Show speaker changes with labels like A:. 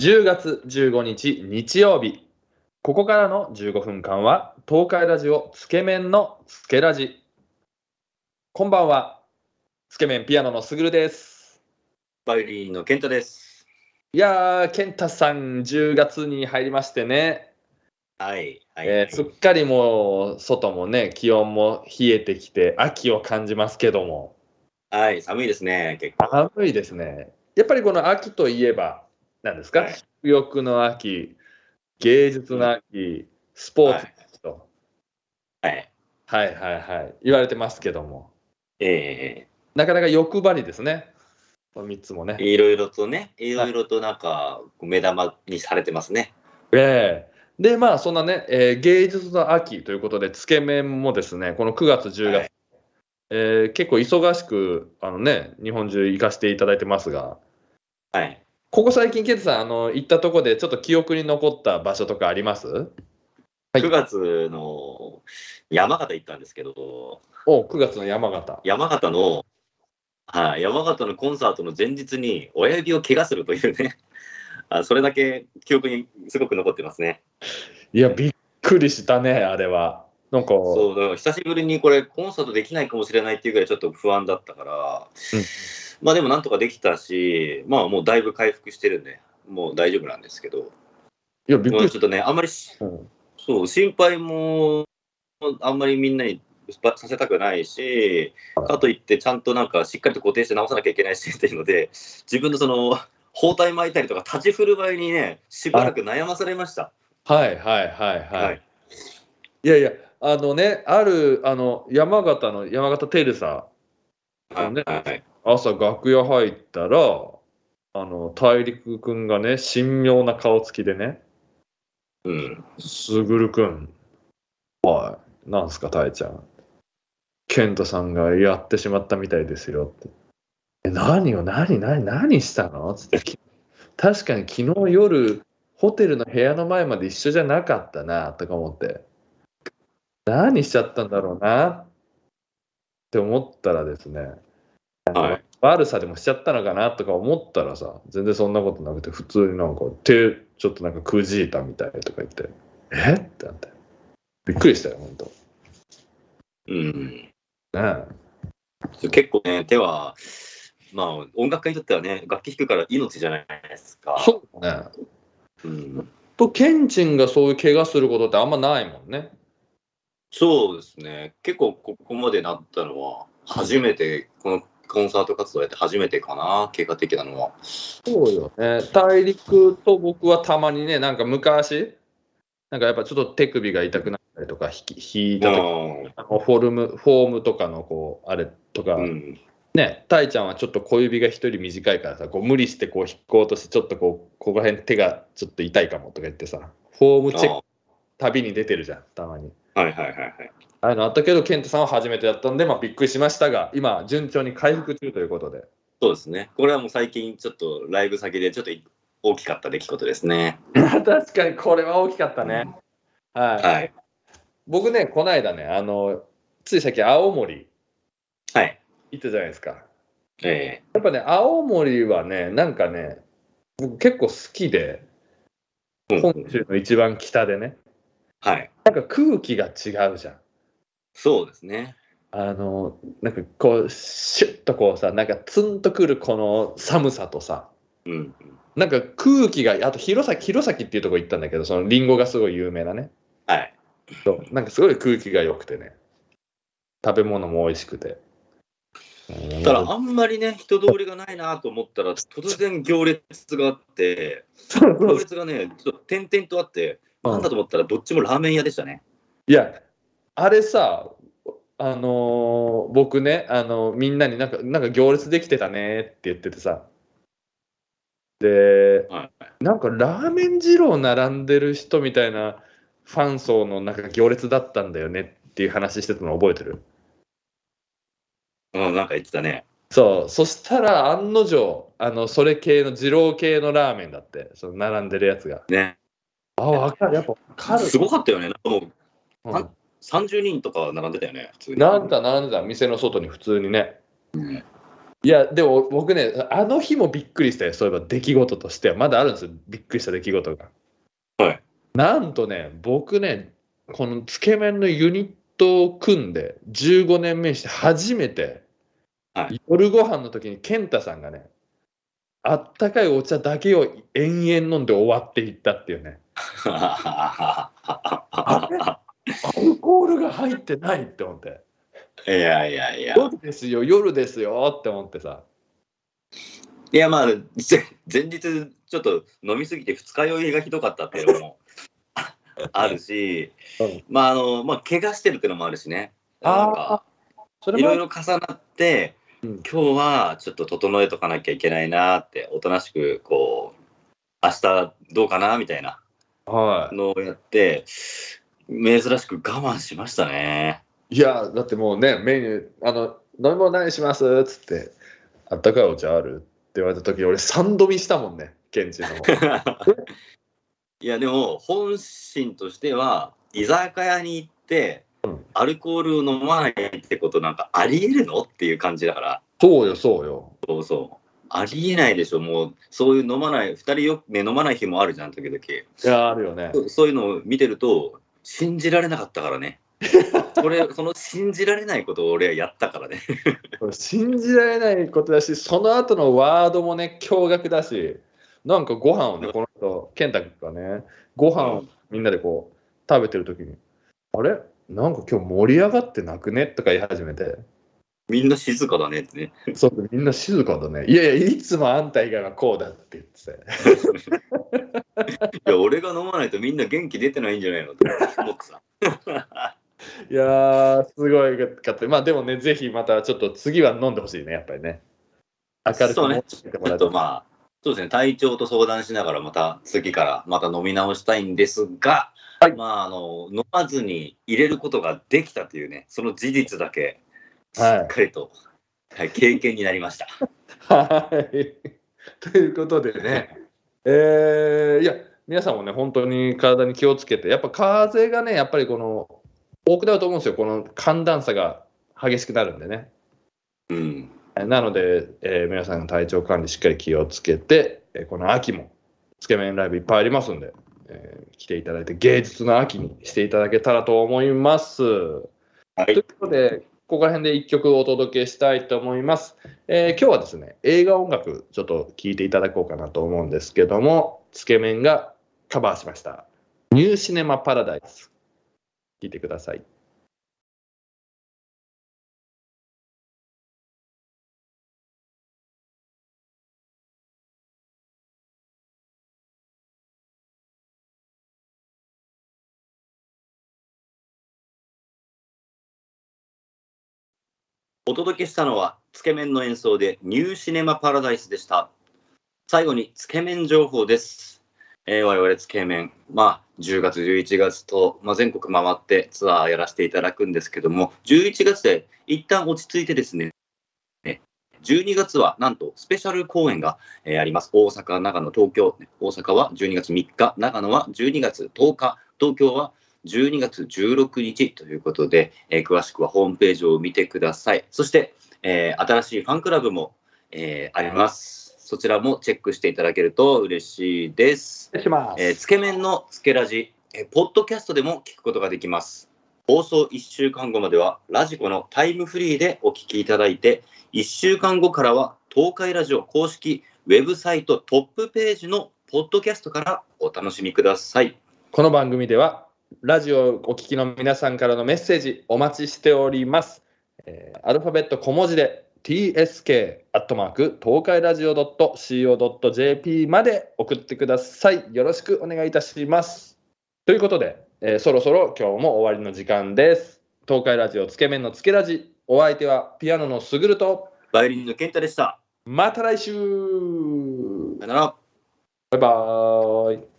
A: 10月15日日曜日ここからの15分間は東海ラジオつけ麺のつけラジこんばんはつけ麺ピアノのすぐるです
B: バイオリンの健太です。
A: いやー健太さん10月に入りましてね、
B: はい。はい。
A: えーすっかりもう外もね気温も冷えてきて秋を感じますけども
B: はい。寒いですね。結
A: 寒いですねやっぱりこの秋といえば何ですか、
B: はい
A: 食欲の秋芸術の秋スポーツの秋と、
B: 構。はい。
A: はいはいはい言われてますけども
B: え
A: なかなか欲張りですねこの3つもね
B: えいろいろとね、いろいろとなんか、目玉にされてますね。
A: ええでまあそんなね、えー芸術の秋ということでつけ麺もですねこの9月10月、
B: はい
A: えー結構忙しくあのね日本中行かせていただいてますが
B: はい。
A: ここ最近ケンタさんあの行ったとこでちょっと記憶に残った場所とかありますはい
B: 9月の山形行ったんですけど、
A: お9月の山形
B: 山形の、はい、山形のコンサートの前日に親指を怪我するというね、 あそれだけ記憶にすごく残ってますね。
A: いやびっくりしたねあれはなんか
B: そうだから久しぶりにこれコンサートできないかもしれないっていうぐらいちょっと不安だったから、
A: うん
B: まあでもなんとかできたしまあもうだいぶ回復してるんでもう大丈夫なんですけど
A: いやびっ
B: ま
A: く
B: あ
A: り
B: ち
A: し、
B: ょっとねあんまりした
A: うん
B: そう心配もあんまりみんなにさせたくないしかといってちゃんとなんかしっかりと固定して直さなきゃいけないしっていうので自分のその包帯巻いたりとか立ち振る舞いにねしばらく悩まされました。
A: はいはいはいはい、いやいや、あのね、ある、あの、山形の山形テルさ
B: はい
A: そうね
B: はい
A: 朝楽屋入ったら、あの、大陸くんがね、神妙な顔つきでね、
B: うん
A: すぐるくん、はい、なんすか、たえちゃん。健太さんがやってしまったみたいですよって。え、何よ、何、何、何したのつって。き確かに昨日夜、ホテルの部屋の前まで一緒じゃなかったな、とか思って。何しちゃったんだろうな、って思ったらですね、
B: はい
A: 悪さでもしちゃったのかなとか思ったらさ全然そんなことなくて普通になんか手ちょっとなんかくじいたみたいとか言ってえってなってびっくりしたよほんとね
B: うん
A: え
B: 結構ね、手は、まあ、音楽家にとってはね、楽器弾くから命じゃないですか。
A: そうね
B: うん
A: とケンチンがそういう怪我することってあんまないもんね
B: そうですね。結構ここまでなったのは、初めて、このコンサート活動やって初めてかな、結果的なのは。
A: そうよね大陸と僕はたまにねなんか昔なんかやっぱちょっと手首が痛くなったりとか引き引いた時
B: う
A: あのフォルムフォームとかのこうあれとか、
B: ん。
A: ね、たいちゃんはちょっと小指が一人短いからさ、こう無理してこう引こうとして、ちょっとこう、ここら辺手がちょっと痛いかもとか言ってさ、フォームチェック
B: あ
A: 旅に出てるじゃん、たまに。
B: はいはいはいはい。
A: ああいうのあったけど、ケンタさんは初めてだったんで、まあびっくりしましたが、今、順調に回復中ということで。
B: そうですね。これはもう最近、ちょっとライブ先で、ちょっと大きかった出来事ですね。
A: 確かにこれは大きかったね。はい。
B: はい。
A: 僕ね、この間ね、あの、ついさっき青森
B: はい。
A: 行ったじゃないですか。
B: え
A: やっぱね、青森はね、なんかね、僕結構好きで、
B: え
A: 本州の一番北でね。
B: はい。
A: なんか空気が違うじゃん。
B: そうですね。
A: あの、なんかこう、シュッとこうさ、なんかツンとくるこの寒さとさ、
B: うん。
A: なんか空気が、あと弘前、弘前っていうとこ行ったんだけど、そのリンゴがすごい有名なね。
B: はい。
A: そうなんかすごい空気が良くてね。食べ物も美味しくて。
B: ただ、あんまりね、人通りがないなと思ったら、突然行列があって、
A: そうそ
B: 行
A: う
B: 列がね、ちょっと点々とあって、
A: うん
B: なんだと思ったら、どっちもラーメン屋でしたね。
A: いや、あれさ、あのー僕ね、あのみんなになんか、なんか行列できてたねって言っててさ。で、
B: はい
A: なんかラーメン二郎並んでる人みたいなファン層のなんか行列だったんだよねっていう話してたの覚えてる
B: うん、なんか言ってたね。
A: そう、そしたら案の定、あの、それ系の二郎系のラーメンだって、その並んでるやつが。
B: ね。
A: あ、わかる、やっぱわかる。
B: すごかったよね。もう
A: うん
B: 30人とか並んでたよね、普通に。
A: 並んでた、並んでた、店の外に普通にね。
B: うん
A: いや、でも僕ね、あの日もびっくりしたよ、そういえば出来事としては。まだあるんですよ、びっくりした出来事が。
B: はい。
A: なんとね、僕ね、このつけ麺のユニットを組んで、15年目にして初めて、
B: はい
A: 夜ご飯の時に健太さんがね、あったかいお茶だけを延々飲んで終わっていったっていうね、アルコールが入ってないって思って、
B: いやいやいや。
A: 夜ですよ、夜ですよって思ってさ。
B: いや、まあ、ぜ前日、ちょっと飲みすぎて二日酔いがひどかったっていう のもあるし、
A: うん
B: まあ、あの、まあ、怪我してるっていうのもあるしね。
A: あー
B: なんか
A: そ
B: い
A: れも
B: ろいろ重なって、
A: うん
B: 今日はちょっと整えとかなきゃいけないなって、おとなしく、こう、明日どうかなみたいな
A: はい、
B: のをやって、珍しく我慢しましたね。
A: いや、だってもうね、メニュー、あの、飲み物何にしますっつって、あったかいお茶あるって言われた時俺、三度見したもんね、現地 の。
B: いやでも本心としては居酒屋に行ってアルコールを飲まないってことなんかありえるのっていう感じだから
A: そうよ、そうよ。
B: そうそうありえないでしょもうそういう飲まない2人よく、ね、飲まない日もあるじゃん時々
A: いや、あるよね。
B: そうそういうのを見てると信じられなかったからねそれその信じられないことを俺はやったからね
A: 信じられないことだし、その後のワードもね、驚愕だし、なんかご飯をね、この人、健太君がね、ご飯をみんなでこう、食べてる時に、あれなんか今日盛り上がってなくねとか言い始めて、
B: みんな静かだ ねってね
A: そう、みんな静かだね。いやいや、いつもあんた以外はこうだって言ってて。
B: いや俺が飲まないとみんな元気出てないんじゃないのって思ってた
A: いやー、すごいかった。まあでもね、ぜひまたちょっと次は飲んでほしいね、やっぱりね。明るく
B: そう
A: 持
B: ね
A: ってても
B: ちょ
A: ら
B: っ
A: って
B: と。まあ、そうですね、体調と相談しながら、また次からまた飲み直したいんですが、
A: はい
B: まああの、飲まずに入れることができたというね、その事実だけ、し
A: はい
B: っかりと、はい経験になりました。
A: はい。ということでね、えーいや、皆さんもね、本当に体に気をつけて、やっぱ風がね、やっぱりこの、多くなると思うんですよ、この寒暖差が激しくなるんでね。
B: うん、
A: なので、えー皆さんの体調管理しっかり気をつけて、えーこの秋もつけ麺ライブいっぱいありますんで、えー来ていただいて芸術の秋にしていただけたらと思います。
B: は
A: とい、
B: いう
A: ことで、ここら辺で1曲お届けしたいと思います。えー今日はですね、映画音楽ちょっと聴いていただこうかなと思うんですけども、つけ麺がカバーしました。ニューシネマパラダイス。聴いてください。
B: お届けしたのは、つけ麺の演奏でニューシネマパラダイスでした。最後に、つけ麺情報です。えー我々つけ麺、まあ、10月、11月と、まあ、全国回ってツアーやらせていただくんですけども、11月で一旦落ち着いてですね、ね12月はなんとスペシャル公演が、えーあります。大阪、長野、東京。大阪は12月3日、長野は12月10日、東京は12月16日ということで、えー詳しくはホームページを見てください。そして、えー新しいファンクラブも、えーあります。そちらもチェックしていただけると嬉しいです。
A: 失礼します。
B: えーつけ麺のつけラジ、えーポッドキャストでも聞くことができます。放送1週間後まではラジコのタイムフリーでお聞きいただいて、1週間後からは東海ラジオ公式ウェブサイトトップページのポッドキャストからお楽しみください。
A: この番組ではラジオをお聞きの皆さんからのメッセージお待ちしております。えーアルファベット小文字で tsk アットマーク東海ラジオ .co.jp まで送ってください。よろしくお願いいたします。ということで、えーそろそろ今日も終わりの時間です。東海ラジオつけ麺のつけラジお相手はピアノのすぐると
B: バイオリンの健太でした。
A: また来週
B: さよなら。
A: バイバーイ。